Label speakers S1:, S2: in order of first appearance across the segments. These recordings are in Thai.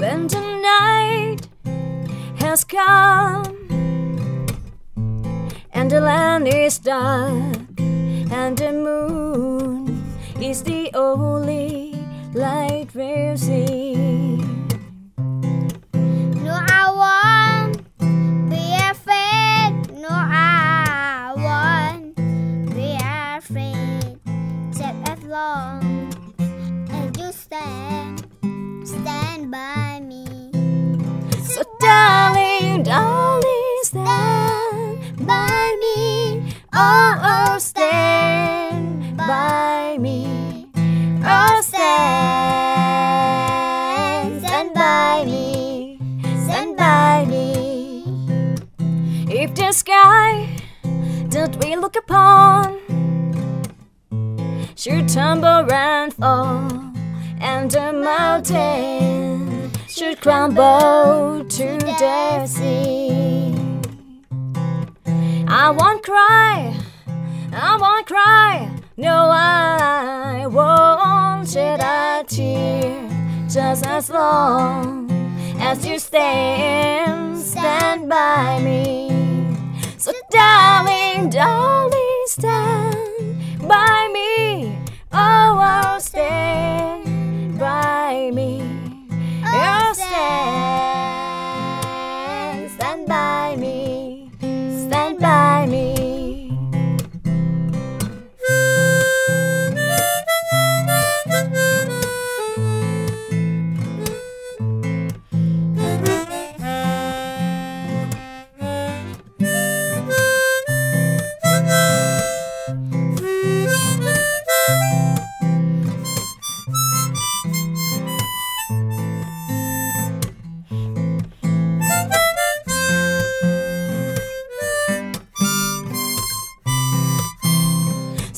S1: When the night has come and the land is dark and the moon is the only light we'll see.
S2: No, I won't be afraid. No, I won't be afraid. Just as long as you stand, stand by me.
S1: So darling, darling, stand by me. Oh, oh, stand by me. Oh, stand, stand by me. Stand by me. If the sky that we look upon should tumble and fall, and the mountain should crumble to the sea. I won't cry, I won't cry, no, I won't shed a tear, just as long as you stand, stand by me. So darling, darling, stand by me. Oh, I'll stand by me. I'll stand, stand by me, stand by me.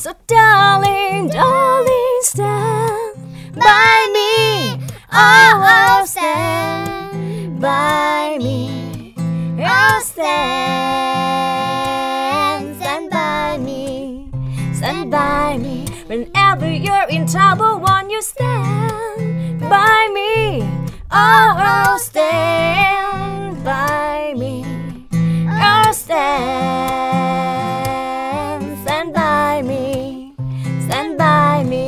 S1: สตาร์ลิงดอลลิงสตาร์บายมีโอ้โอ้สตาร์บายมีโอ้สตาร์สตาร์บายมี Stand by me whenever you're in trouble. Won't you stand by me? Oh, oh, stand by me. Oh, stand, stand by me. Stand by me.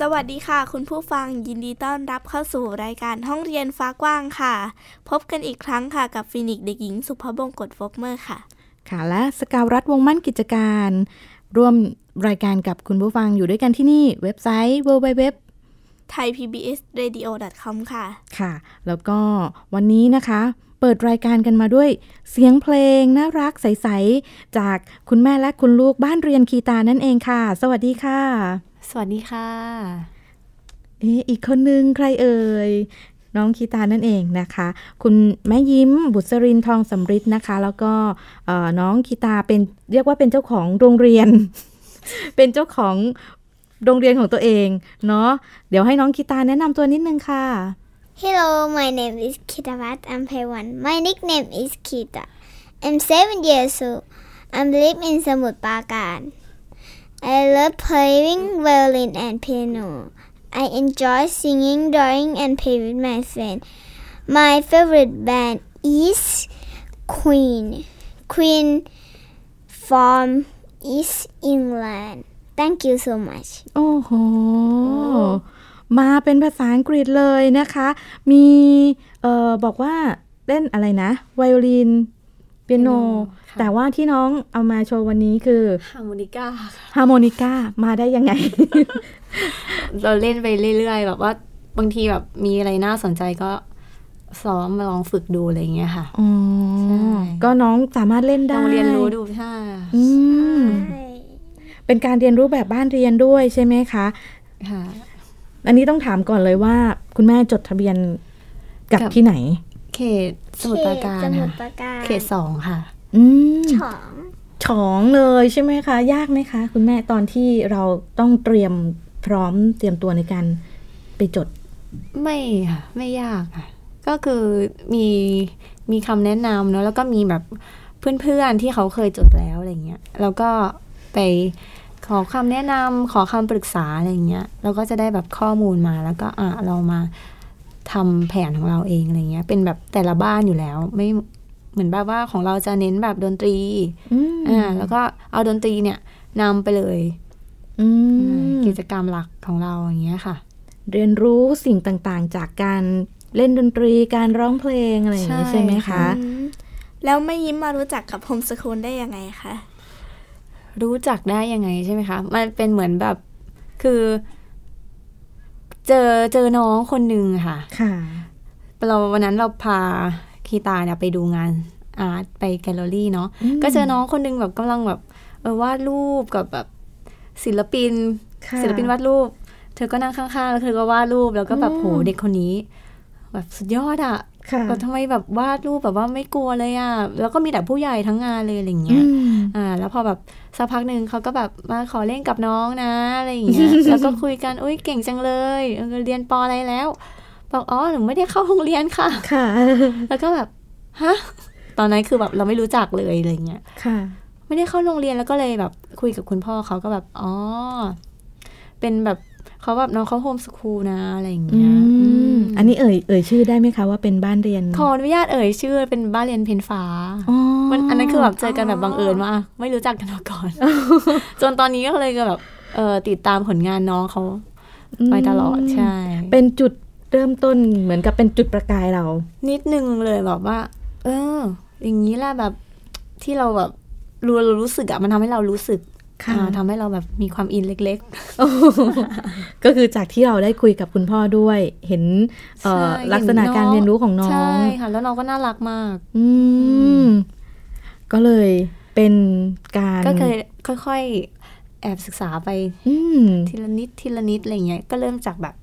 S3: สวัสดีค่ะ คุณผู้ฟังยินดีต้อนรับเข้าสู่รายการห้องเรียนฟ้ากว้างค่ะ พบกันอีกครั้งค่ะกับฟินิกซ์เด็กหญิงสุภบงกตฟกเมอร์ค่ะ
S4: ค่ะและสกาวรัฐวงมั่นกิจการ ร่วมรายการกับคุณผู้ฟังอยู่ด้วยกันที่นี่เว็บไซต์ www
S3: Thai PBS Radio com ค่ะ
S4: ค่ะ แล้วก็วันนี้นะคะ เปิดรายการกันมาด้วยเสียงเพลงน่ารักใส ๆ จากคุณแม่และคุณลูกบ้านเรียนคีตานั่นเองค่ะ สวัสดีค่ะ
S5: สวัสดีค่ะ
S4: เอะอีกคนนึงใครเอ่ย น้องคีตานั่นเองนะคะ คุณแม่ยิ้มบุษรินทองสำริดนะคะ แล้วก็เอ่อน้องคีตาเป็นเรียกว่าเป็นเจ้าของโรงเรียน เป็นเจ้าของโรงเรียนของตัวเองเนาะเดี๋ยวให้น้องคีตาแนะนำตัวนิดนึงค่ะ
S2: Hello, my name is Kitavat Ampewan. My nickname is Kita. I'm seven years old. I live in Samut Prakan. I love playing violin and piano. I enjoy singing, drawing, and play with my friends. My favorite band is Queen. Queen from East England. Thank you so much.
S4: โอ้โห มาเป็นภาษาอังกฤษเลยนะคะ มีเอ่อบอกว่าเล่นอะไรนะไวโอลิน เปียโน
S5: ค่ะ
S4: แต่ว่าที่น้องเอามาโชว์วันนี้คือ
S5: ฮาร์โมนิก้าค่ะ
S4: ฮาร์โมนิก้ามาได้ยังไง
S5: เราเล่นไปเรื่อยๆ แบบว่าบางทีแบบมีอะไรน่าสนใจก็ซ้อมมาลองฝึกดูอะไร อย่างเงี้ยค่ะ
S4: อ๋อ
S5: ใช่
S4: ก็น้องสามารถเล่น
S5: ล
S4: ได้
S5: องเรียนรู้ดูใช่
S4: อืมเป็นการเรียนรู้แบบบ้านเรียนด้วยใช่ไหมคะ
S5: ค่ะ
S4: อันนี้ต้องถามก่อนเลยว่า คุณแม่จดทะเบียนกับ
S5: กับ
S4: ที่ไหน
S5: เขตสมุทรปราการ
S1: เขตสมุทรป
S5: ค่ะ
S1: ราการ
S5: เขตสองค่ะ
S4: อืม
S1: สอง
S4: ฉองเลยใช่ไหมคะ ยากไหมคะ คุณแม่ตอนที่เราต้องเตรียมพร้อมเตรียมตัวในการไปจด
S5: ไม่ค่ะไม่ยากค่ะ ก็คือมีมีคำแนะนำเนอะแล้วก็มีแบบเพื่อนๆที่เขาเคยจดแล้วอะไรเงี้ยแล้วก็ไปขอคำแนะนำขอคำปรึกษาอะไรเงี้ยเราก็จะได้แบบข้อมูลมาแล้วก็อ่ะเรามาทำแผนของเราเองอะไรเงี้ย เป็นแบบแต่ละบ้านอยู่แล้ว ไม่เหมือนแบบว่าของเราจะเน้นแบบดนตรี
S4: อืม
S5: อ่าแล้วก็เอาดนตรีเนี่ยนำไปเลย
S4: อื
S5: อ่าม กิจกรรมหลักของเราอย่างเงี้ยค่ะ
S4: เรียนรู้สิ่งต่างๆ จากการเล่นดนตรีการร้องเพลงอะไรอย่างนี้
S5: ใช่
S4: ใช่ไหมคะ
S3: อืมแล้วไม่ยิ้มมารู้จักกับโฮมสคูลได้ยังไงคะ
S5: รู้จักได้ยังไงใช่ไหมคะ มันเป็นเหมือนแบบคือ เจอเจอน้องคนหนึ่งค่ะ
S4: ค่ะ
S5: เราวันนั้นเราพาคีตาเนี่ยไปดูงานอาร์ตไปแกลเลอรี่เนาะ
S4: อืม
S5: ก็เจอน้องคนหนึงแบบกำลังแบบเออวาดรูปกับแบบศิลปิน
S4: ค่ะ
S5: ศิลปินวาดรูป เธอก็นั่งข้างๆแล้วเธอก็วาดรูปแล้วก็แบบ
S4: อืม
S5: โหเด็กคนนี้ แบบสุดยอดอะ
S4: ค่ะ
S5: แบบทำไมแบบวาดรูปแบบว่าไม่กลัวเลยอะแล้วก็มีแต่ผู้ใหญ่ทั้งงานเลยอะไรอย่างเงี้
S4: อื
S5: ย
S4: ม
S5: อ่าแล้วพอแบบสักพักหนึ่งเขาก็แบบมาขอเล่นกับน้องนะอะไรอย่างเงี้ย แล้วก็คุยกันอุ้ยเก่งจังเลยเออเรียนปออะไรแล้วบอกอ๋อหนูไม่ได้เข้าโรงเรียนค่ะ
S4: ค่ะ
S5: แล้วก็แบบฮะตอนนั้นคือแบบเราไม่รู้จักเลยอะไรเงี้ย
S4: ค่ะ
S5: ไม่ได้เข้าโรงเรียนแล้วก็เลยแบบคุยกับคุณพ่อเขาก็แบบอ๋อเป็นแบบเขาแบบน้องเขาโฮมสคูลนะอะไรอย่าง
S4: อื
S5: เงี้ยอื
S4: ม
S5: ม
S4: อันนี้เอ่ยเอ่ยชื่อได้ไหมคะว่าเป็นบ้านเรียน
S5: ขออนุญาตเอ่ยชื่อเป็นบ้านเรียนเพนฟ้า
S4: อ๋อ
S5: มันอันนั้นคือแบบเจอกันแบบบังเอิญมากไม่รู้จักกันมา ก่อน จนตอนนี้ก็เลยก็แบบเออติดตามผลงานน้องเขาไปตลอดใช่
S4: เป็นจุดเริ่มต้นเหมือนกับเป็นจุดประกายเรา
S5: นิดนึงเลยแบบว่า เออ อย่างนี้แหละแบบที่เราแบบรู้เรารู้สึกอะมันทำให้เรารู้สึก
S4: ค่ะ
S5: อ่าทำให้เราแบบมีความอินเล็ก
S4: ก็คือจากที่เราได้คุยกับคุณพ่อด้วย เห็นเอ่อ
S5: ใช่
S4: ลักษณะ
S5: เห็นน้อง
S4: การเรียนรู้ของ
S5: ๆ
S4: น้อ
S5: ใช่
S4: ง
S5: ค่ะ แล้วน้องก็น่ารักมาก
S4: อืม ก็เลยเป็นการ
S5: ก็เคยค่อยๆ แอบศึกษาไป
S4: อืม
S5: ทีละนิดทีละนิดอะไรเงี้ยก็เริ่มจากแบบ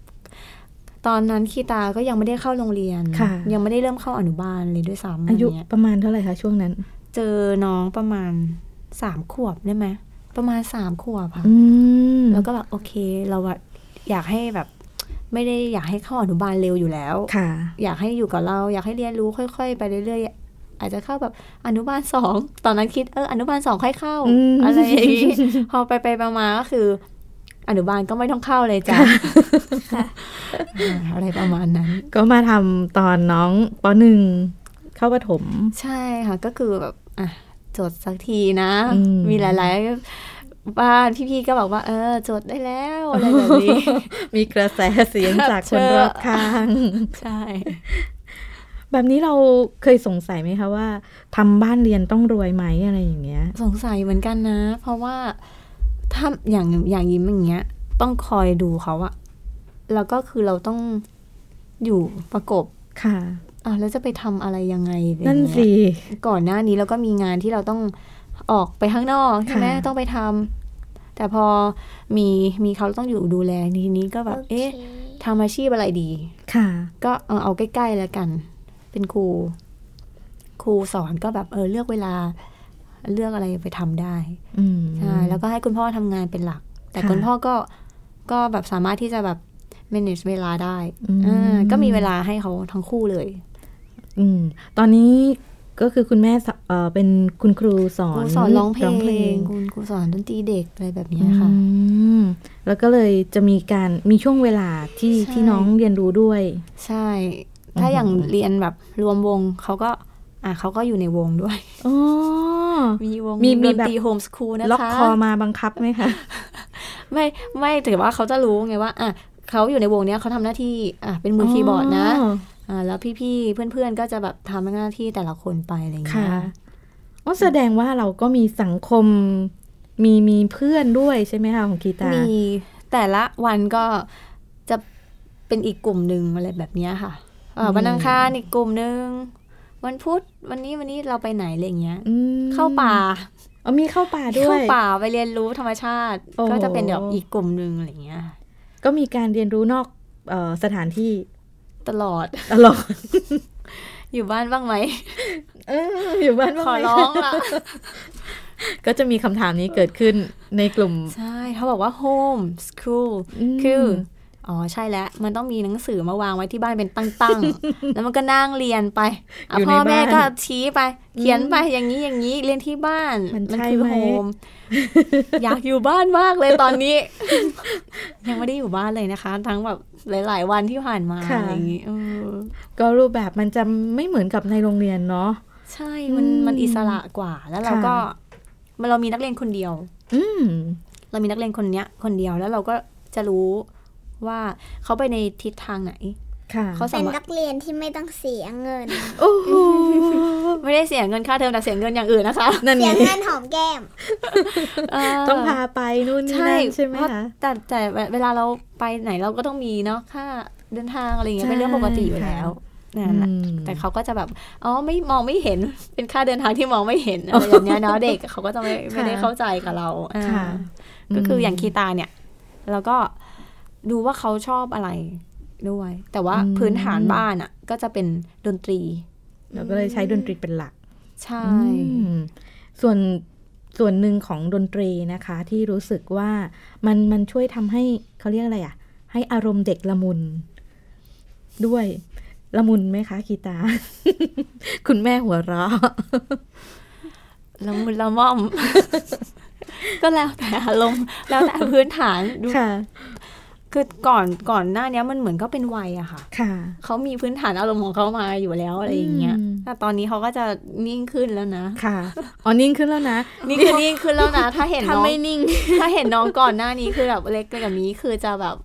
S5: ตอนนั้นคีตาก็ยังไม่ได้เข้าโรงเรียน
S4: ค่ะ
S5: ยังไม่ได้เริ่มเข้าอนุบาลเลยด้วยซ้ำ
S4: อายุ
S5: ะไรเงี้ย
S4: ประมาณเท่าไหร่คะช่วงนั้น
S5: เจอน้องประมาณสามขวบได้ไหมประมาณสามขวบค่ะ
S4: อืม
S5: แล้วก็แบบโอเค เราอะอยากให้แบบ ไม่ได้อยากให้เข้าอนุบาลเร็วอยู่แล้ว
S4: ค่ะ
S5: อยากให้อยู่กับเรา อยากให้เรียนรู้ค่อย ๆ ไปเรื่อยๆอาจจะเข้าแบบอนุบาลสองตอนนั้นคิดเอออนุบาลสองค่อยเข้า
S4: อืม
S5: อะไรอย่างงี้พอไปไปๆมาๆก็คือ อนุบาลก็ไม่ต้องเข้าเลยจ้ะอ่า อะไรประมาณนั้น
S4: ก็มาทำตอนน้องปหนึ่งเข้าปฐม
S5: ใช่ค่ะก็คือแบบอ่ะจดสักทีนะ
S4: อืม
S5: มีหลายๆบ้านพี่ๆก็บอกว่า เออจดได้แล้วอะไรแบบนี้
S4: มีกระแสเสียงจากคนรอบข้าง
S5: ใช่
S4: แบบนี้เราเคยสงสัยไหมคะว่าทำบ้านเรียนต้องรวยไหมอะไรอย่างเงี้ย
S5: สงสัยเหมือนกันนะ เพราะว่าถ้าอย่างอย่างยิ้มอย่างเงี้ย ต้องคอยดูเขาอะแล้วก็คือเราต้องอยู่ประกบ
S4: ค่ะ
S5: อ่ะแล้วจะไปทำอะไรยังไงอะไรอย่าง
S4: นั่น
S5: เงี้ย
S4: สิ
S5: ก่อนหน้านี้เราก็มีงานที่เราต้องออกไปข้างนอกใช่ไหม
S4: ค่ะ
S5: ต้องไปทำแต่พอมีมีเขาต้องอยู่ดูแลทีนี้ก็แบบ เอ๊ะทำอาชีพอะไรดี
S4: ค่ะ
S5: ก็เอาเอาใกล้ ๆ แล้วกัน เป็นครู ครูสอนก็แบบเออเลือกเวลา เลือกอะไรไปทำได้
S4: อืม
S5: ใช่แล้วก็ให้คุณพ่อทำงานเป็นหลัก แต่
S4: ค่ะ
S5: คุณพ่อก็ก็แบบสามารถที่จะแบบ manage เวลาได้
S4: อืม
S5: อ่าก็มีเวลาให้เขาทั้งคู่เลย
S4: อืม ตอนนี้ก็คือคุณแม่สะเอ่อเป็นคุณครูสอ
S5: ครู
S4: น
S5: สอนร้องเพลง
S4: อ
S5: คุณครูสอนดนตรีเด็กอะไรแบบเนี้
S4: ื
S5: ยค่ะ
S4: มแล้วก็เลยจะมีการมีช่วงเวลาที่
S5: ใช่
S4: ที่น้องเรียนรู้ด้วย
S5: ใช่ ถ้าอย่างเรียนแบบรวมวงเขาก็ อ่ะเขาก็อยู่ในวงด้วย
S4: อ๋อ
S5: มีวง
S4: มีมี
S5: ดน
S4: แบบ
S5: ตรีโฮมสคูลนะ
S4: ล็อก
S5: คะ
S4: คอมาบังคับไหมคะ
S5: ไม่ไม่แต่ว่าเขาจะรู้ไงว่า อ่ะเขาอยู่ในวงเนี้ยเขาทำหน้าที่ อ่ะเป็นมืออคีย์บอร์ดนะ อ่าแล้วพี่ๆเพื่อนๆก็จะแบบทำหน้าที่แต่ละคนไปอะไรอย่างเงี้ย
S4: ค่ะ อ๋อแสดงว่าเราก็มีสังคมมีมีเพื่อนด้วยใช่ไหมคะของกีตา
S5: มีแต่ละวันก็จะเป็นอีกกลุ่มหนึ่งอะไรแบบเนี้ยค่ะเอ่อวันอังคารอีกกลุ่มหนึ่งวันพุธวันนี้วันนี้เราไปไหนอะไรอย่างเงี้ย
S4: อืม
S5: เข้าป่า
S4: อ๋อมีเข้าป่าด้ว
S5: เข้าย ป่าไปเรียนรู้ธรรมชาติ
S4: โอ้โห
S5: ก็จะเป็นแบบอีกกลุ่มหนึ่งอะไรอย่างเงี้ย
S4: ก็มีการเรียนรู้นอกเออสถานที่
S5: ตลอด
S4: ตลอด
S5: อยู่บ้านบ้างไหม
S4: เอออยู่บ้านบ้า
S5: ขอ
S4: ไหม
S5: ร้องละ
S4: ก็จะมีคำถามนี้เกิดขึ้นในกลุ่ม
S5: ใช่เขาบอกว่า home school
S4: อืม
S5: คืออ๋อใช่แล้ว มันต้องมีหนังสือมาวางไว้ที่บ้านเป็นตั้ง ๆ แล้วมันก็นั่งเรียนไปอะ
S4: อยู่ใน
S5: พ่อแม่
S4: บ้าน
S5: ก็ชี้ไป เขียนไปอย่างนี้อย่างนี้เรียนที่บ้าน
S4: มันใช่
S5: คือ
S4: ไหม
S5: โฮมอยากอยู่บ้านมากเลยตอนนี้ ยังไม่ได้อยู่บ้านเลยนะคะ ทั้งแบบหลาย ๆ วันที่ผ่านมาอะไรอย่างนี้เออ
S4: ก็รูปแบบมันจะไม่เหมือนกับในโรงเรียนเนาะ
S5: ใช่มัน
S4: อืม
S5: มันอิสระกว่าแล้วเรา
S4: ค่ะ
S5: ก็มันเรามีนักเรียนคนเดียว
S4: อืม
S5: เรามีนักเรียนคนเนี้ย คนเดียวแล้วเราก็จะรู้ว่าเขาไปในทิศทางไหน
S4: ค่ะ
S5: เขา
S1: เป็
S5: สาน มารถ
S1: นักเรียนที่ไม่ต้องเสียเงิน
S4: โอ้โห
S5: ไม่ได้เสียเงินค่าเทอมแต่เสียเงินอย่างอื่นนะคะ
S4: นั่น
S1: เสี
S4: ไง
S1: ยเงินหอมแก้ม
S4: ต้องพาไปนู่นนี่นั่นใช่ไหม
S5: เพรา
S4: คะ
S5: แต่แต่เวลาเราไปไหนเราก็ต้องมีเนาะค่าเดินทางอะไรอย่างเงี้ย
S4: ใช่
S5: เป็นเรื่องปกติอยู่แล้วนั่นแหละ
S4: อืม
S5: แต่เขาก็จะแบบอ๋อไม่มองไม่เห็น เป็นค่าเดินทางที่มองไม่เห็น อะไรอย่างเงี้ยเนาะเด็กเขาก็จะไม่ไม่ได้เข้าใจกับเราอ่า
S4: ค่ะ
S5: ก็คืออย่างคีตาเนี่ยเราก็ดูว่าเขาชอบอะไรด้วย แต่ว่า
S4: อืม
S5: พื้นฐานบ้านอ่ะ ก็จะเป็นดนตรี
S4: เราก็เลยใช้ดนตรีเป็นหลัก
S5: ใช่
S4: อืมส่วนส่วนหนึ่งของดนตรีนะคะที่รู้สึกว่ามันมันช่วยทำให้เขาเรียกอะไรอะ่ะ ให้อารมณ์เด็กละมุน ด้วยละมุนไหมคะกีตาร์ คุณแม่หัวเราะ
S5: ละมุนละม่อม ก็แล้วแต่อารมณ์แล้วแต่พื้นฐานดู
S4: ค่ะ
S5: คือก่อนก่อนหน้าเนี้ยมันเหมือนก็เป็นวัยอะค่ะ
S4: ค่ะ
S5: เขามีพื้นฐานอารมณ์ของเขามาอยู่แล้วอะไรอย่างเงี้ย
S4: อืม
S5: แต่ตอนนี้เขาก็จะนิ่งขึ้นแล้วนะ
S4: ค่ะอ๋อนิ่งขึ้นแล้วนะ
S5: นี่คือนิ่งขึ้นแล้วนะ ถ้าเห็น
S6: ถ้า
S5: น้อง
S6: ไม่นิ่ง
S5: ถ้าเห็นน้องก่อนหน้านี้คือแบบเล็กกับนี้คือจะแบบ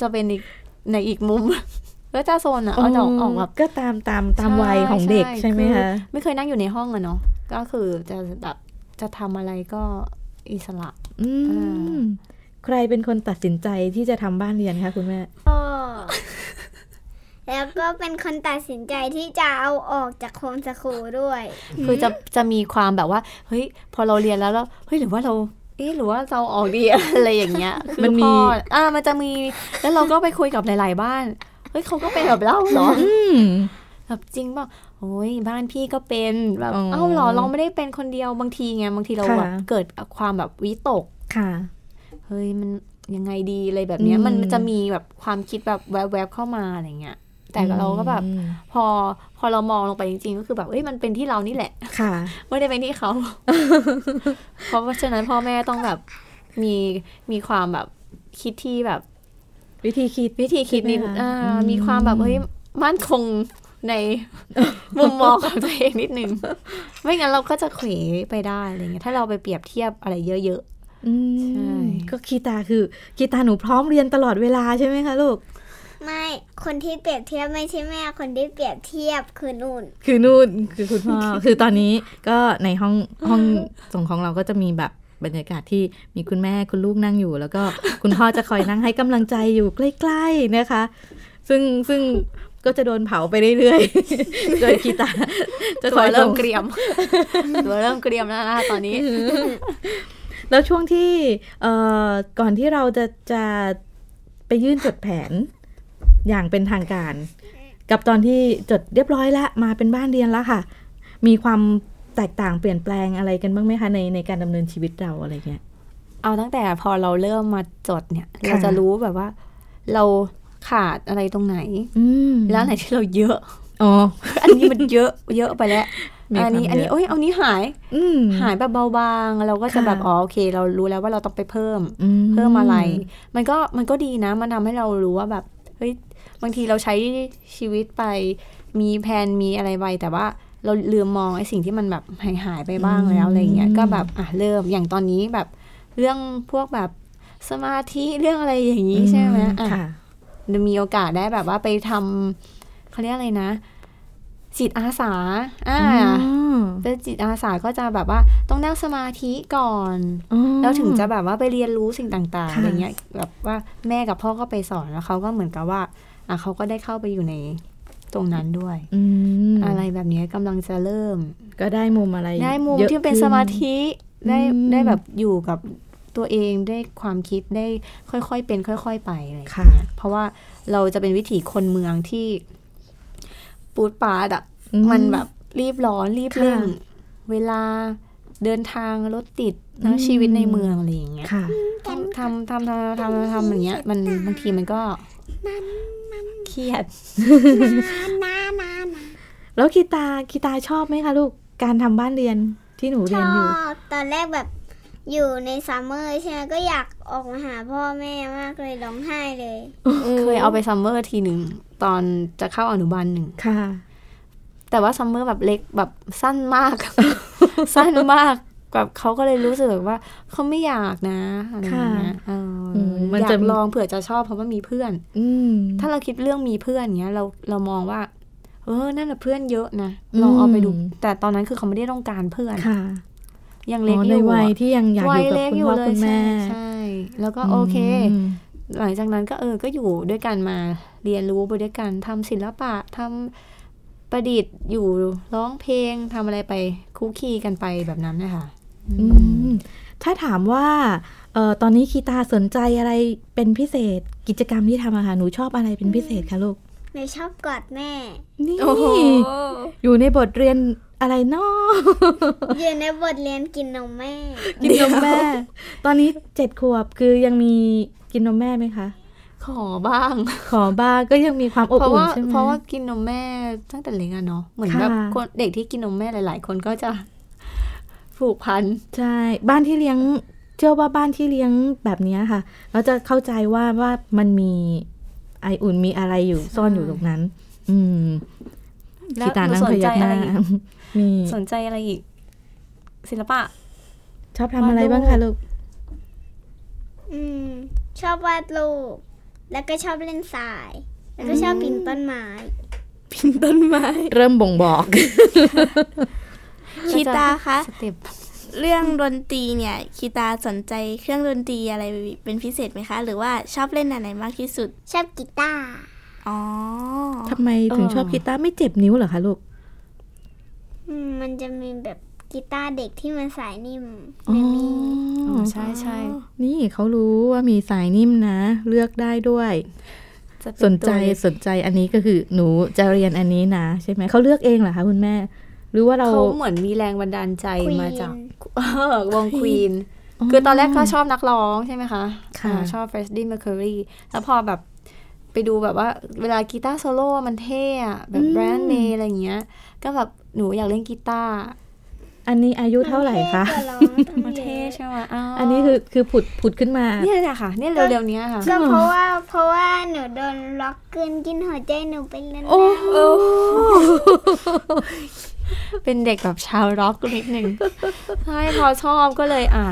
S5: จะเป็นอีกในอีกมุม ก็จะโซนอะเอาดอกออกแบบ
S4: ก็ตามตามตาม
S5: ใช่
S4: วัยของเด็ก
S5: ใช่
S4: ใช่ไหม
S5: คือ
S4: คะ
S5: ไม่เคยนั่งอยู่ในห้องอะเนาะก็คือจะแบบจะทำอะไรก็อิสระ
S4: อืม ใครเป็นคนตัดสินใจที่จะทำบ้านเรียนคะคุณแม่
S1: แล้วก็เป็นคนตัดสินใจที่จะเอาออกจากโฮมสคูลด้วย
S5: คือจะจะมีความแบบว่า เฮ้ย พอเราเรียนแล้วแล้วเฮ้ยหรือว่าเรา เอ๊ะหรือว่าเราออกดี อะไรอย่างเงี้ยคือ
S4: มันมี
S5: พ่ออ่ามันจะมีแล้วเราก็ไปคุยกับหลาย ๆ บ้าน เฮ้ยเขาก็เป็นแบบเรา เหรอ
S4: อืม
S5: แบบจริงเปล่ะโอ้ยบ้านพี่ก็เป็นแบบ
S4: อ๋อ
S5: เอ้าเหรอเราไม่ได้เป็นคนเดียวบางทีไงบางทีเรา
S4: ค่ะ
S5: แบบเกิดความแบบวิตก
S4: ค่ะ
S5: เฮ้ยมันยังไงดีอะไรแบบเนี้ย
S4: อืม
S5: มันจะมีแบบความคิดแบบแวบๆเข้ามาอะไรเงี้ยแต่เราก็แบบ
S4: อืม
S5: พอพอเรามองลงไปจริง ๆ ก็คือแบบเอ้ยมันเป็นที่เรานี่แหละ
S4: ค่ะ
S5: ไม่ได้เป็นที่เขา เพราะฉะนั้นพ่อแม่ต้องแบบมีมีความแบบคิดที่แบบ
S4: วิธีคิด
S5: วิธีคิดนิด
S4: ใช่ไหมคะ
S5: อ่า
S4: อืม
S5: มีความแบบเฮ้ยมั่นคงใน มุมมองของตัวเองนิดนึง ไม่งั้นเราก็จะเขวไปได้อะไรเงี้ยถ้าเราไปเปรียบเทียบอะไรเยอะ
S4: อื
S5: ใช่
S4: มก็คีตาคือคีตาหนูพร้อมเรียนตลอดเวลาใช่ไหมคะลูก
S1: ไม่คนที่เปรียบเทียบไม่ใช่แม่ คนที่เปรียบเทียบคือนุ่น
S4: คือนู่นคือคุณพ่อ คือตอนนี้ก็ในห้องห้องส่งของเราก็จะมีแบบบรรยากาศที่มีคุณแม่คุณลูกนั่งอยู่ แล้วก็คุณพ่อจะคอยนั่งให้กำลังใจอยู่ใกล้ๆนะคะ ซึ่งซึ่งก็จะโดนเผาไปเรื่อยๆ โดยคีตา
S5: ๆ
S4: จะ
S5: ตั
S4: คอ
S5: วยเริ่
S4: ส่
S5: ม
S4: ง
S5: เกรียม ตัวเริ่มเกรียมแล้วนะตอนนี้
S4: แล้วช่วงที่เอ่อก่อนที่เราจะจะไปยื่นจดแผนอย่างเป็นทางการ กับตอนที่จดเรียบร้อยแล้วมาเป็นบ้านเรียนแล้วค่ะ มีความแตกต่างเปลี่ยนแปลงอะไรกันบ้างไหมคะในในการดำเนินชีวิตเราอะไรเงี้ย
S5: เอาตั้งแต่พอเราเริ่มมาจดเนี่ย
S4: ค่ะ
S5: เราจะรู้แบบว่า เราขาดอะไรตรงไหน
S4: อืม
S5: แล้วไหนที่เราเยอะ
S4: อ๋อ
S5: อันนี้มันเยอะเยอะไปแล้ว
S4: มี
S5: อันนี้
S4: ความเยอะ
S5: อันนี้โอ้ยเอานี้หาย
S4: อืม
S5: หายแบบเบาบางเราก็จะ
S4: ค่ะ
S5: แบบอ๋อโอเค เรารู้แล้วว่าเราต้องไปเพิ่ม
S4: อื
S5: เพิ่มอะไร มันก็มันก็ดีนะ มันทำให้เรารู้ว่าแบบเฮ้ยบางทีเราใช้ชีวิตไป มีแผนมีอะไรไปแต่ว่าเราลืมมองไอ้สิ่งที่มันแบบหายหายๆไปบ้างแล้วอะไรอย่างเงี้ยก็แบบอ่ะเริ่มอย่างตอนนี้แบบเรื่องพวกแบบสมาธิเรื่องอะไรอย่างนี้ใช่ไหมอ่ะ
S4: ค่ะ
S5: มีโอกาสได้แบบว่าไปทำเขาเรียกอะไรนะจิตอาสาอ่า
S4: อืม
S5: เป็นจิตอาสาก็จะแบบว่าต้องนั่งสมาธิก่อน
S4: อ๋อ
S5: แล้วถึงจะแบบว่าไปเรียนรู้สิ่งต่างๆ
S4: ค่ะ
S5: อะไรเงี้ยแบบว่าแม่กับพ่อก็ไปสอนแล้วเขาก็เหมือนกับว่าอ่ะเขาก็ได้เข้าไปอยู่ในตรงนั้นด้วย
S4: อืม
S5: อะไรแบบเนี้ยกำลังจะเริ่ม
S4: ก็ได้มุมอะไร
S5: ได้มุม
S4: ยอะ
S5: ที่เป็น
S4: ขึ้
S5: สมาธิได้
S4: อืม
S5: ได้แบบอยู่กับตัวเองได้ความคิดได้ค่อยๆเป็น ค่อย ๆ ไปอะไรอย่าง
S4: ค่ะ
S5: เงี้ยเพราะว่าเราจะเป็นวิถีคนเมืองที่ปูดปาดอะ
S4: อื
S5: มันแบบรีบร้อนรีบเร่ง
S4: ค่ะ
S5: เวลาเดินทางรถติดนะชีวิตในเมืองอะไรอย่างเงี้ย
S4: ค่ะ
S5: ทำทำทำทำทำทำอย่างเงี้ยมันบางทีมันก็เครียด
S4: แล้วคีตาคีตาชอบไหมคะลูกการทำบ้านเรียนที่หนู
S1: ช
S4: เรียน
S1: อ
S4: อยู่
S1: บตอนแรกแบบอยู่ในซัมเมอร์ใช่ไหมก็อยากออกมาหาพ่อแม่มากเลยร้องไห้เลย
S5: เคยเอาไปซัมเมอร์ทีหนึ่งตอนจะเข้าอนุบาลหนึ่ง
S4: ค่ะ
S5: แต่ว่าซัมเมอร์แบบเล็กแบบสั้น มาก สั้นมากแบบเขาก็เลยรู้สึกแบบว่าเขาไม่อยากนะอะไรอย่างเงี้ยเอออ
S4: มมัน
S5: อยา
S4: จะ
S5: กลองเผื่อจะชอบเพราะว่ามีเพื่อน
S4: อืม
S5: ถ้าเราคิดเรื่องมีเพื่อนเงี้ยเราเรามองว่า เออนั่นแหะเพื่อนเยอะนะลองเอาไปดู
S4: อืม
S5: แต่ตอนนั้นคือเขาไม่ได้ต้องการเพื่อน
S4: ค่ะ
S5: ยัง
S4: อ๋
S5: เล็ก
S4: อ
S5: อ
S4: ใน
S5: ยู่
S4: วัย
S5: อะ
S4: ที่ยังอยากอยู่กับคุณพ่อคุณแม่
S5: วัยเล็กอยู่เลยใช่ใช่ แล้วก็โอเค
S4: ม
S5: หลังจากนั้นก็เออ ก็อยู่ด้วยกันมา เรียนรู้ไปด้วยกันทำศิลปะทำประดิษฐ์อยู่ร้องเพลงทำอะไรไปคุกคีกันไปแบบนั้นนะคะ
S4: อืมถ้าถามว่าเอ่อตอนนี้คีตาสนใจอะไรเป็นพิเศษกิจกรรมที่ทำอะค่ะหนูชอบอะไรเป็นพิเศษคะลูก
S1: หนูชอบกอดแม่
S4: นี่
S3: โอ้โห
S4: อยู่ในบทเรียนอะไรเนอ
S1: อยู่ในบทเรียนกินนมแม่
S4: กินนมแม่ ตอนนี้เจ็ดขวบคือยังมีกินนมแม่ไหมคะ
S5: ขอบ้าง
S4: ขอบ้างก็ยังมีความอบ
S5: เพราะ
S4: อุ่น
S5: ว่า
S4: ใช่ไหม
S5: เพราะว่ากินนมแม่ตั้งแต่เล็กอะเนาะเหมือน
S4: ค่ะ
S5: แบบคนเด็กที่กินนมแม่หลาย ๆ คนก็จะผูกพัน
S4: ใช่บ้านที่เลี้ยงเชื่อว่าบ้านที่เลี้ยงแบบเนี้ยค่ะเราจะเข้าใจว่าว่ามันมีไออุ่นมีอะไรอยู่ซ่อนอยู่ตรงนั้น อืม
S5: แล้ว
S4: คีตา
S5: หนู
S4: นั่ง
S5: ส
S4: พ
S5: นใจ
S4: ยักห
S5: อะ
S4: น้า
S5: ไรอีก
S4: มี
S5: สนใจอะไรอีก ศิลปะ
S4: ชอบทำอะไรบ้างคะ ลูก
S1: อืม ชอบวาดรูปแล้วก็ชอบเล่นทราย แล้วก็ชอบปีนต้นไม้
S3: พินต้นไม้
S4: เริ่มบ่งบอก
S3: คีตาคะ
S5: สเต็ป
S3: เรื่องดนตรีเนี่ยคีตาสนใจเครื่องดนตรีอะไรเป็นพิเศษไหมคะ หรือว่าชอบเล่นอันไหนมากที่สุด
S1: ชอบกีตาร์
S3: อ๋อ
S4: ทำไมถึงชอบกีตาร์ไม่เจ็บนิ้วเหรอคะลูก
S1: อืม มันจะมีแบบกีตาร์เด็กที่มันสายนิ่ม
S4: อ๋อ
S1: มันมี
S5: ใช่ใช่
S4: นี่เขารู้ว่ามีสายนิ่มนะ เลือกได้ด้วย
S5: จะเป็
S4: สนใจ
S5: ตัวเอง
S4: สนใจอันนี้ก็คือหนูจะเรียนอันนี้นะ ใช่ไหมเขาเลือกเองเหรอคะคุณแม่ หรือว่าเรา
S5: เขาเหมือนมีแรงบันดาลใจ
S1: ควี
S5: มาจาก
S1: น
S5: เออวงควีน คือตอนแรกก็ชอบนักร้องใช่ไหมคะ
S4: ค่ะ
S5: อ่าชอบเฟรดดี้เมอร์คิวรีแล้วพอแบบไปดูแบบว่าเวลากีตาร์โซโล่มันเท่อะแบบแบรนด์เนอะไรอย่างเงี้ย ก็แบบหนูอยากเล่นกีตาร์
S4: อันนี้อายุเท่าไหร่คะ
S5: มันเท่ใช่ไหมอ้าว
S4: อันนี้คือคือผุดผุดขึ้นมา
S5: เนี่ยแหละค่ะ เนี่ยเร็วๆเนี้ยค่ะ
S1: ก็เพราะว่าเพราะว่าหนูโดนล็อกเกินกินหัวใจหนูไปแล้วนะ
S4: โอ้โห
S5: เป็นเด็กแบบชาวร็อกนิดหนึ่ง ใช่พอชอบก็เลยอ่ะ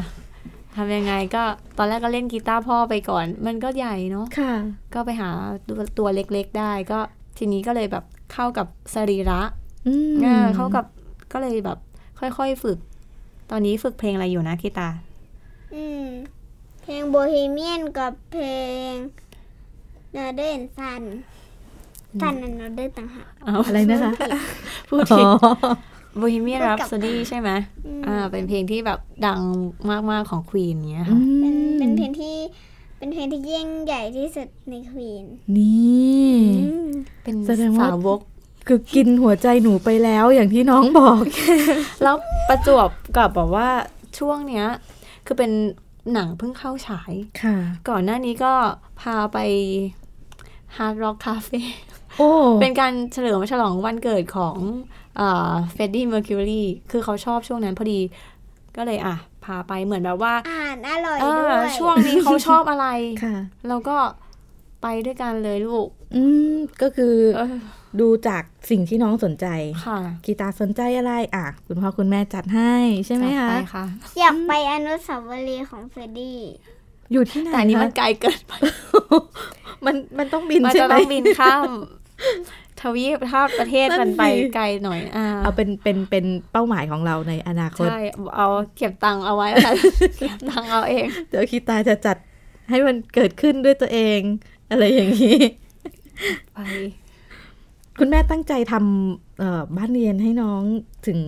S5: ทำยังไงก็ตอนแรกก็เล่นกีตาร์พ่อไปก่อน มันก็ใหญ่เนาะ
S4: ค่ะ
S5: ก็ไปหาตัวตัวเล็กๆได้ก็ทีนี้ก็เลยแบบเข้ากับสรีระ
S4: อืม
S5: อ่าเข้ากับก็เลยแบบค่อยๆฝึก ตอนนี้ฝึกเพลงอะไรอยู่นะคีตา
S1: อืม เพลงโบฮีเมียนกับเพลงนอเดนซันซันนันนอเดนต่างหาก
S4: อะไรนะคะ
S5: พูดผิด
S4: อ๋อ
S5: Bohemian
S1: พูดกลับ
S5: Rhapsody ใช่ไหมอ่าเป็นเพลงที่แบบดังมากๆของควีนเงี้ย
S4: อื
S5: ค่ะ
S1: เป็น
S4: ม
S1: เป็นเพลงที่เป็นเพลงที่ยิ่งใหญ่ที่สุดในควีน
S4: นี่
S5: เป็น
S4: แสดงว่า
S5: สาวก
S4: คือกินหัวใจหนูไปแล้วอย่างที่น้องบอก
S5: แล้วประจวบกับแบบว่าช่วงเนี้ย คือเป็นหนังเพิ่งเข้าฉาย
S4: ค่ะ
S5: ก่อนหน้านี้ก็พาไป Hard Rock Cafe
S4: โอ้
S5: เป็นการเฉลิมฉลองวันเกิดของเฟดดี้เมอร์คิวรีคือเขาชอบช่วงนั้นพอดี ก็เลยอ่ะ พาไปเหมือนแบบว่า
S1: อ่านอร่อย
S5: เอ
S1: ด้ว
S5: อยช่วงนี้เขาชอบอะไร
S4: ค่ะ
S5: เราก็ไปด้วยกันเลยลูก
S4: อืมก็คือ
S5: เออ
S4: ดูจากสิ่งที่น้องสนใจ
S5: ค่ะ
S4: กีตาร์สนใจอะไร อ่ะ คุณพ่อคุณแม่จัดให้ ใช่ไหม
S5: จั
S4: คะ
S5: ดปค่ะ
S1: อยากไปอนุสาวรีย์ของเฟรดดี้
S4: อยู่ที่ไหน
S5: แต่อันนี้มัน
S4: คะ
S5: ไกลเกินไป
S4: มันมันต้องบิน
S5: มัน
S4: ใช่
S5: จะ
S4: ไหม
S5: ต้องบินข้าม ทวีปภาพประเทศ
S4: นั่
S5: มัน
S4: น
S5: ไป
S4: สิ
S5: ไกลหน่อยอ่า
S4: เอาเป็นเป็นเป็นเป้าหมายของเราในอนาคต
S5: ใช่เอาเก็บตังค์เอาไว้ค่ะ เก็บตังค์เอาเอง
S4: เดี๋ยวคีตาจะจัดให้มันเกิดขึ้นด้วยตัวเอง อะไรอย่างนี้
S5: ไป
S4: คุณแม่ตั้งใจทำเอ่อบ้านเรียนให้น้องถึง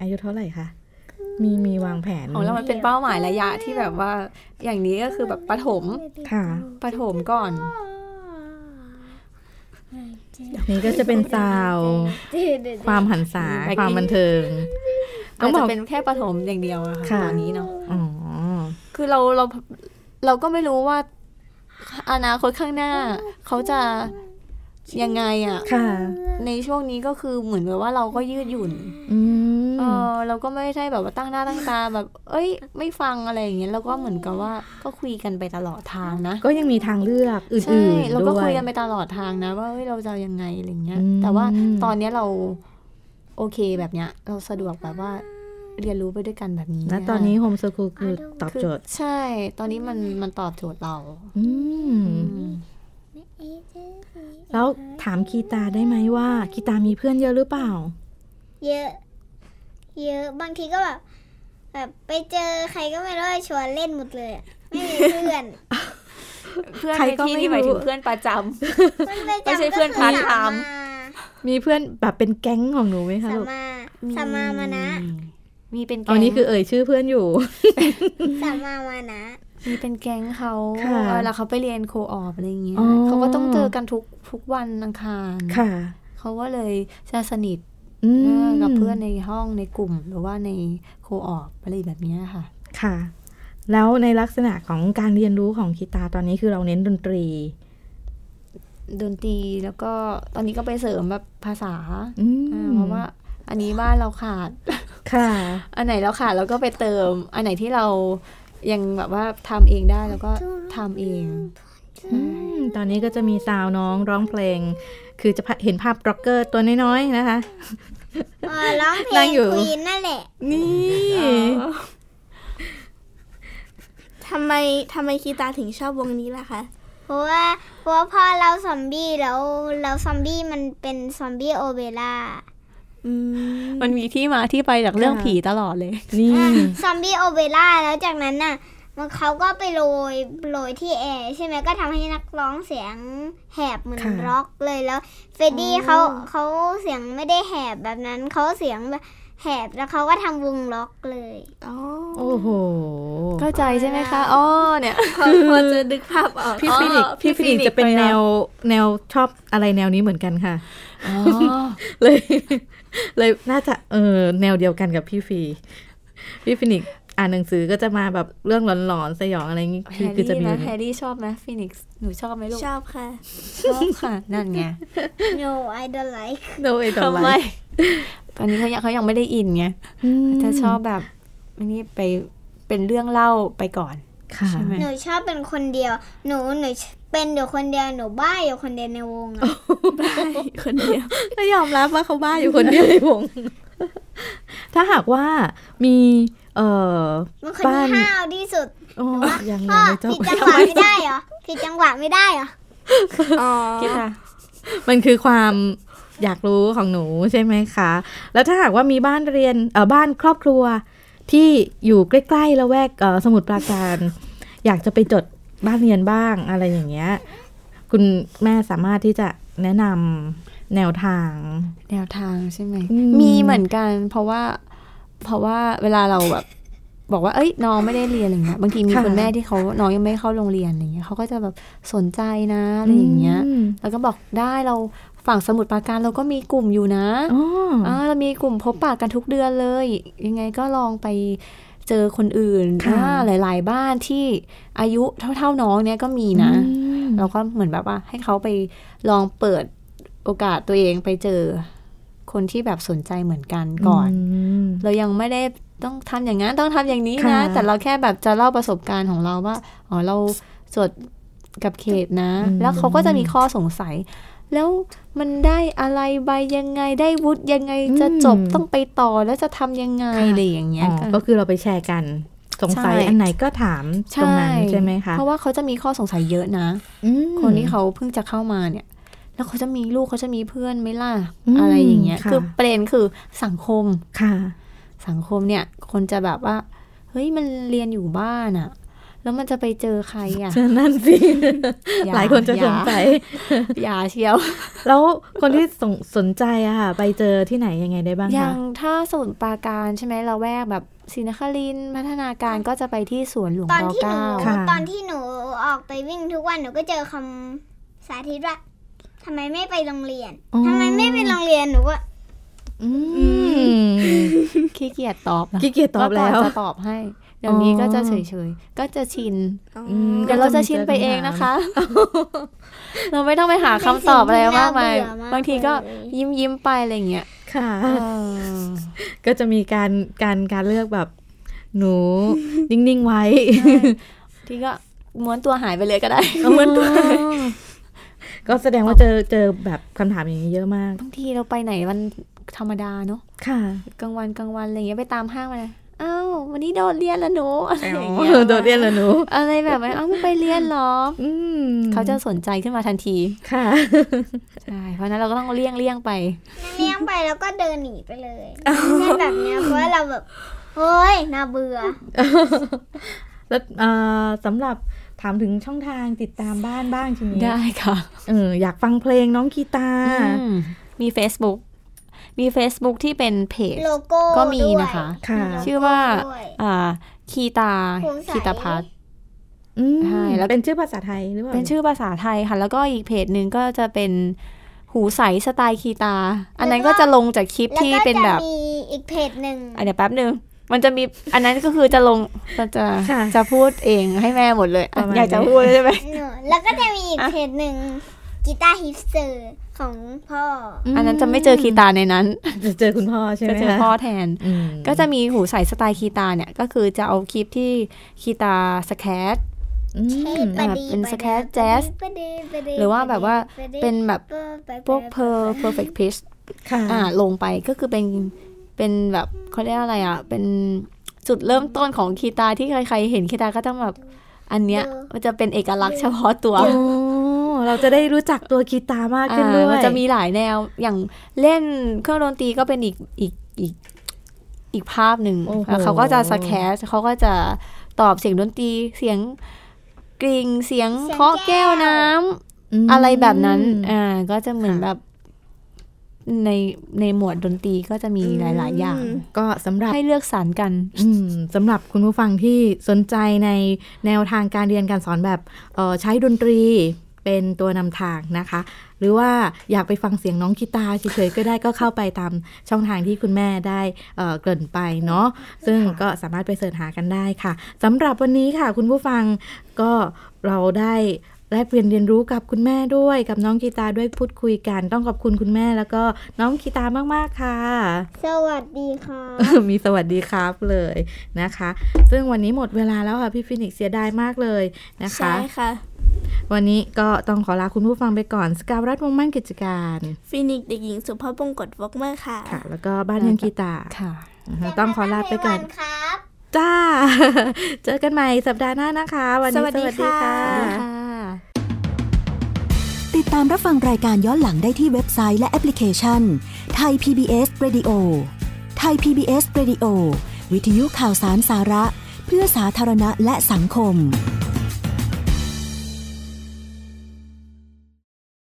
S4: อายุเท่าไหร่คะ มีมีวางแผน
S5: ของเรามันเป็นเป้าหมายระยะที่แบบว่า อย่างนี้ก็คือแบบประถม
S4: ค่ะ
S5: ประถมก่อน
S4: นี่ก็จะเป็นสาว ความหันษา
S5: ไปกิน
S4: ความบันเทิง ต้
S5: อา
S4: อง
S5: จ
S4: บ
S5: จะ
S4: อก
S5: เป็นแค่ประถมอย่างเดียวอะค่ะ
S4: ค่ะ
S5: ตอนนี้เนาะ
S4: อ๋อ
S5: คือเราเราเราก็ไม่รู้ว่า อนาคตข้างหน้า เขาจะยังไงอะ
S4: ค่ะ
S5: ในช่วงนี้ก็คือเหมือนแบบว่าเราก็ยืดหยุ่น
S4: อืม
S5: เออเราก็ไม่ใช่แบบว่าตั้งหน้าตั้งตาแบบ เอ้ย ไม่ฟังอะไรอย่างเงี้ยเราก็เหมือนกับว่าก็คุยกันไปตลอดทางนะ
S4: ก็ยังมีทางเลือกอื่นๆ
S5: ใช่เราก็
S4: ด้ว
S5: คุยกันไปตลอดทางนะ ว่าเอ้ยเราจะยังไงอะไรเงี้ย
S4: อืม
S5: แต่ว่าตอนเนี้ยเราโอเคแบบเนี้ย เราสะดวกแบบว่าเรียนรู้ไปด้วยกันแบบนี้
S4: ณตอนนี้โฮมสกูลคือตอบ
S5: คือ
S4: โจทย์
S5: ใช่ ตอนนี้มันมันตอบโจทย์เรา
S4: อืม แล้วถามคีตาได้ไหมว่าคีตามีเพื่อนเยอะหรือเปล่า
S1: เยอะ เยอะ บางทีก็แบบ แบบไปเจอใครก็ไม่รู้ชวนเล่นหมดเลยอะไม่มีเพื่อน
S5: เพื่อน
S4: ใคร
S5: ใน
S4: ก็
S5: ที่
S4: ไม่
S5: นี่หมายถึ
S4: รู้
S5: งเพื่อนประจำ
S1: มันป
S5: ไม่
S1: จำ
S5: ใช่เพื่อน
S1: ก็คื
S5: พาร์ทไทม์
S4: มีเพื่อนแบบเป็นแก๊งของหนูไหมคะ
S1: สัม
S4: ลูก
S1: มาสัมมาสัมมามานะ
S5: มีเป็นแก๊
S4: อั
S5: ง
S4: นนี้คือเอ่ยชื่อเพื่อนอยู่
S1: สัมมามานะ
S5: มีเป็นแก๊งเขา
S4: ค่ะ
S5: เออแล้วเขาไปเรียนโคออบอะไรอย่างเงี้ย
S4: อ๋อ
S5: เขาก็ต้องเจอกันทุกทุกวันอังคาร
S4: ค่ะ
S5: เขาก็เลยจะสนิท
S4: อื
S5: เออ
S4: ม
S5: กับเพื่อนในห้องในกลุ่ม หรือว่าในโคออบอะไรแบบเนี้ยค่ะ
S4: ค่ะ แล้วในลักษณะของการเรียนรู้ของคีตาตอนนี้คือเราเน้นดนตรี
S5: ดนตรีแล้วก็ตอนนี้ก็ไปเสริมแบบภาษา
S4: อื
S5: อ่าม เพราะว่าอันนี้บ้านเราขาด
S4: ค่ะ
S5: อันไหนเราขาดเราก็ไปเติม อันไหนที่เรายังแบบว่าทำเองได้แล้วก็ทำเอง
S4: อืมตอนนี้ก็จะมีสาวน้องร้องเพลง คือจะเห็นภาพร็อกเกอร์ตัวน้อยๆนะคะ
S1: อ๋อร้องเพ
S4: นั่
S1: ล
S4: ง
S1: ง
S4: อยู่
S1: ควีนนั่นแหละ
S4: นี่
S3: ทำไมทำไมคีตาถึงชอบวงนี้ล่ะคะ
S1: เพราะว่าเพราะว่าพ่อเราซอมบี้แล้วเราซอมบี้มันเป็นซอมบี้โอเบร่า
S3: อืม
S5: มันมีที่มาที่ไปจากเรื่อง
S4: ค่ะ
S5: ผีตลอดเลย
S4: นี่
S1: ซอมบี้โอเบร่าแล้วจากนั้นน่ะ มันเขาก็ไปโรยโรยที่แอร์ใช่ไหมก็ทำให้นักร้องเสียงแหบเหมือน
S4: ค่ะ
S1: ร็อกเลยแล้วเฟรดดี้เขาเขาเสียงไม่ได้แหบแบบนั้นเขาเสียงแบบแหบแล้วเขาก็ทำวงล็อกเลย
S3: อ๋อ
S4: โอ้โห
S5: เข้าใจใช่ไหมคะ อ๋อ เนี่ย
S3: พอจะนึกภาพอ อก
S4: พี่ฟินิกซ์พี่ฟินิกซ์จะเป็นแนวแนวชอบอะไรแนวนี้เหมือนกันค่ะ
S5: อ๋อ
S4: เลย เลยน่าจะเออแนวเดียวกันกับพี่ฟี พี่ฟินิกซ์อ่านหนังสือก็จะมาแบบเรื่องหลอนๆสยองอะไรอย่างงี้
S5: แฮ
S4: คือ
S5: ร์
S4: คือจะ
S5: รี่
S4: มี
S5: นะแฮร์รี่ชอบไหมฟินิกซ์หนูชอบไหมลูก
S3: ชอบค่ะ
S5: ชอบค่ะ นั่นไง
S1: no I don't like
S4: โดย ตอน
S5: ทำไม ตอนนี้เขายังเขายังไม่ได้อินไงจะชอบแบบอันนี้ไปเป็นเรื่องเล่าไปก่อน
S4: ค่ะ
S5: ใช่ไหม
S1: หนูชอบเป็นคนเดียว หนูหนูเป็นอยู่คนเดียวหนูบ้าอยู่คนเดียวในวงอะ
S3: คนเดียว
S4: ก็ยอมรับว่าเขาบ้าอยู่คนเดียวในวง ถ้าหากว่ามี เอ่อ
S1: มันคนที่
S4: บ้าน
S1: ห้าวที่สุด
S4: โอ้ยัง
S1: พ่อง
S4: ยัไม่จ
S1: ผิด
S4: บ
S1: จังหวะไม่ได้เหรอผิดจังหวะไม่ได้เหรอ
S3: อ๋อ
S5: คิดค่ะ
S4: มันคือความอยากรู้ของหนูใช่ไหมคะ แล้วถ้าหากว่ามีบ้านเรียนเอ่อบ้านครอบครัวที่อยู่ใกล้ๆละแวกเอ่อสมุทรปราการ อยากจะไปจดบ้านเรียนบ้างอะไรอย่างเงี้ย คุณแม่สามารถที่จะแนะนำแนวทาง
S5: แนวทางใช่ไหม
S4: อืม
S5: มีเหมือนกัน เพราะว่า เพราะว่าเวลาเราแบบ บอกว่า เอ้ย น้องไม่ได้เรียนอะไรเงี้ย บางทีมีคุณแม่ที่เขาน้องยังไม่เข้าโรงเรียนอะไรเงี้ยเขาก็จะแบบสนใจนะอะไรอย่างเงี้ย
S4: ม
S5: แล้วก็บอกได้เราฝั่งสมุดปราการเราก็มีกลุ่มอยู่นะ
S4: อ๋อ
S5: อ่าเรามีกลุ่มพบปะกันทุกเดือนเลย ยังไงก็ลองไปเจอคนอื่นอ่าหลาย ๆ บ้านที่อายุเท่า ๆ น้องเนี่ยก็มีนะ
S4: อืม
S5: เราก็เหมือนแบบว่าให้เขาไปลองเปิดโอกาสตัวเองไปเจอ คนที่แบบสนใจเหมือนกันก่อน
S4: ม
S5: เรายังไม่ได้ต้องทำอย่างนั้นต้องทำอย่างนี้นะ
S4: ค่ะ
S5: แต่เราแค่แบบจะเล่าประสบการณ์ของเราว่าอ๋อเราจดกับเขตนะ
S4: อืม
S5: แล้วเขาก็จะมีข้อสงสัย แล้วมันได้อะไรใบยังไงได้วุฒิยังไงจะจบต้องไปต่อแล้วจะทำยังไงอะไรอย่างเงี้ย
S4: อ๋อ
S5: กัน
S4: ก็คือเราไปแชร์กันสงสัย
S5: ใช่
S4: อันไหนก็ถามตรงนั้นใช่ไหมคะ
S5: เพราะว่าเขาจะมีข้อสงสัยเยอะนะ
S4: อืม
S5: คนที่เขาเพิ่งจะเข้ามาเนี่ย ห แล้วเขาจะมีลูกเขาจะมีเพื่อนไหมล่ะ
S4: อืม
S5: อะไรอย่างเงี้ย
S4: ค่ะ
S5: คือประเด็นคือสังคม
S4: ค่ะ
S5: สังคมเนี่ยคนจะแบบว่า เฮ้ยมันเรียนอยู่บ้านอะแล้วมันจะไปเจอใคร อะ
S4: ฉะนั้นสิ
S5: อย่า
S4: หลายคนจะ
S5: อย่า
S4: สงสัย
S5: อย่าเชียว
S4: แล้วคนที่สนสนใจอะค่ะ ไปเจอที่ไหนยังไงได้บ้าง
S5: อ
S4: คะ
S5: ย่างถ้าสมุทรปราการใช่ไหมเราแวกแบบศรีนครินทร์พัฒนาการก็จะไปที่สวนหลวง
S1: ตอน
S5: ร
S1: ที่หนู
S5: เก้า
S1: ตอนที่หนูออกไปวิ่งทุกวันหนูก็เจอคำสาธิตว่าทำไมไม่ไปโรงเรียนทำไมไม่ไปโรงเรียนหนูว่า
S4: อืม
S5: ขี้เกียจตอบนะ
S4: ขี้เกียจตอบ
S5: เมื่
S4: แล้
S5: ก่
S4: ว
S5: นจะตอบให้ เดี๋ยวนี้ก็จะเฉยๆ ก็จะชิน เดี๋ยวเราจะชินไปเองนะคะ เราไม่ต้องไปหาคำตอบอะไรมากมายบางทีก็ยิ้มยิ้มๆไปอะไรอย่างเงี้ย
S4: ค่ะ
S5: เออ
S4: ก็จะมีการการการเลือกแบบ หนู นิ่ง ๆ ไว้
S5: ที่ก็ม้วนตัวหายไปเลยก็ได้
S4: เอามันด้วยก็แสดงว่าเจอเจอแบบคำถามอย่างนี้เยอะมาก
S5: บางทีเราไปไหนวันธรรมดาเนอะ
S4: ค่ะ
S5: กลางวันกลางวันอะไรอย่างเงี้ยไปตามห้างมาเลยอ้าววันนี้โดดเรียนละหนูอะไรอย่าง
S4: เอ
S5: เงี้ย
S4: อโดดเรียนเหรอหนู
S5: อะไรแบบว่าเอ้าไม่ไปเรียนเหรอ
S4: อืม
S5: เขาจะสนใจขึ้นมาทันที
S4: ค่ะ
S5: ใช่เพราะฉะนั้นเราก็ต้องเลี่ยงเลี่ยงๆไป
S1: เลี้ยงไปแล้วก็เดินหนีไปเลยไม่ใช่แบบเนี้ยเพราะว่าเราแบบเฮ้ยน่าเบื่อ
S4: แล้วเอ่อสำหรับถามถึงช่องทางติดตามบ้านบ้างทีนี้
S5: ได้ค่ะ
S4: เอออยากฟังเพลงน้องคีตา
S5: อืมมี Facebook มี Facebook ที่เป็นเพจ
S1: โลโก้
S5: ก็มี
S1: ด้วย
S5: นะคะ
S4: ค่ะ
S1: มีโลโก้
S5: ชื่อว่า
S1: ด้วย
S5: อ่าคีตา
S1: ภูมิใส
S5: คีตาพัฒน์
S4: อืม
S5: ใช่แล้ว
S4: เป็นชื่อภาษาไทยหรือเปล่า
S5: เป็นชื่อภาษาไทยค่ะ แล้วก็อีกเพจหนึ่งก็จะเป็นหูใสสไตล์คีตา อันนั้นก็จะลงจากคลิป
S1: แล้ว
S5: ที่
S1: ก็
S5: เป็น
S1: จะ
S5: แบบ
S1: มีอีกเพจหนึ่ง
S5: อันเดี๋ยวแป๊บหนึ่งมันจะมีอันนั้นก็คือจะลงจะจะ
S4: ค่ะ
S5: จะพูดเองให้แม่หมดเลยอ่ะ
S4: ประมาณ
S5: อยากจะ
S4: นี้
S5: พูดใช่ไหม
S1: หนูแล้วก็จะมีอีก
S5: อ่ะ
S1: เพจหนึ่งกีตาร์ฮิปสเตอร์ของพ่ออ
S5: อันนั้นจะไม่เจอคีตาในนั้น
S4: จะเจอคุณพ่อใช่ไห
S5: จะ
S4: ม
S5: เจอ
S4: คะ
S5: พ่อแทน
S4: ม
S5: ก็จะมีหูใสสไตล์คีตาเนี่ย ก็คือจะเอาคลิปที่คีตาสแคท
S4: อืม
S1: เทปประดี
S5: เป็นสแครชแจ๊ส
S1: ประดีประดี
S5: หรือว่าแบบว่า
S1: ประดี
S5: เป็นแบบ
S1: ประดี
S5: พวกเพอร์เพอร์เฟกต์พิช
S4: ค่ะ
S5: อ่าลงไปก็คือเป็นเป็นแบบเขาเรียกอะไรอ่ะ เป็นจุดเริ่มต้นของคีตาที่ใครๆเห็นคีตาก็ต้องแบบ อันเนี้ยมันจะเป็นเอกลักษณ์เฉพาะตัว
S4: โอ้เราจะได้รู้จักตัวคีตามากขึ้นด้ว
S5: อ่าย มันจะมีหลายแนวอย่างเล่นเครื่องดนตรีก็เป็นอีกอีกอีกอีกภาพหนึ่ง
S4: โอ้โห
S5: แล้วเขาก็จะสแคสเขาก็จะตอบเสียงดนตรีเสียงกริ่งเสียงเคาะแก้วน้ำ
S4: ม
S5: อะไรแบบนั้น อ่า ก็จะเหมือนแบบ ในในหมวดดนตรีก็จะมีหลาย ๆ อย่าง
S4: ก็สำหรับ
S5: ให้เลือกสรรกัน
S4: อืมสำหรับคุณผู้ฟังที่สนใจในแนวทางการเรียนการสอนแบบเอ่อใช้ดนตรีเป็นตัวนำทางนะคะ หรือว่าอยากไปฟังเสียงน้องกีตาร์เฉยๆก็ได้ก็เข้าไปตามช่องทางที่คุณแม่ได้เอ่อเกริ่นไปเนาะซึ่งก็สามารถไปเสิร์ชหากันได้ค่ะสำหรับวันนี้ค่ะ คุณผู้ฟังก็เราได้แลกเปลี่ยนเรียนรู้กับคุณแม่ด้วย กับน้องกีตาร์ด้วยพูดคุยกัน ต้องขอบคุณคุณแม่แล้วก็น้องกีตาร์มากๆค่ะ
S1: สวัสดีค่ะ
S4: มีสวัสดีครับเลยนะคะ ซึ่งวันนี้หมดเวลาแล้วค่ะพี่ฟินิกซ์เสียดายมากเลยนะคะ
S3: ใช่ค่ะ
S4: วันนี้ก็ต้องขอลาคุณผู้ฟังไปก่อน สกาวรัฐวงศ์มั่นกิจการ
S3: ฟินิกซ์เด็กหญิงสุภาพบงกตวกเมอร์ค่ะ
S4: ค่ะ แล้วก็บ้านยังกีตา
S5: ค่ะ
S4: นะคะต้องขอลาไปก่อ
S1: เจ
S4: น
S1: กัใหม่วัครับ
S4: จ้า เจอกันใหม่สัปดาห์หน้านะคะ วันนี้
S3: สวัสดีค่ะ
S4: สวัสดีค่ะ
S5: ค่ะ
S7: ติดตามรับฟังรายการย้อนหลังได้ที่เว็บไซต์และแอปพลิเคชันไทย PBS Radio ไทย PBS Radio วิทยุข่าวสารสาระ เพื่อสาธารณะและสังคม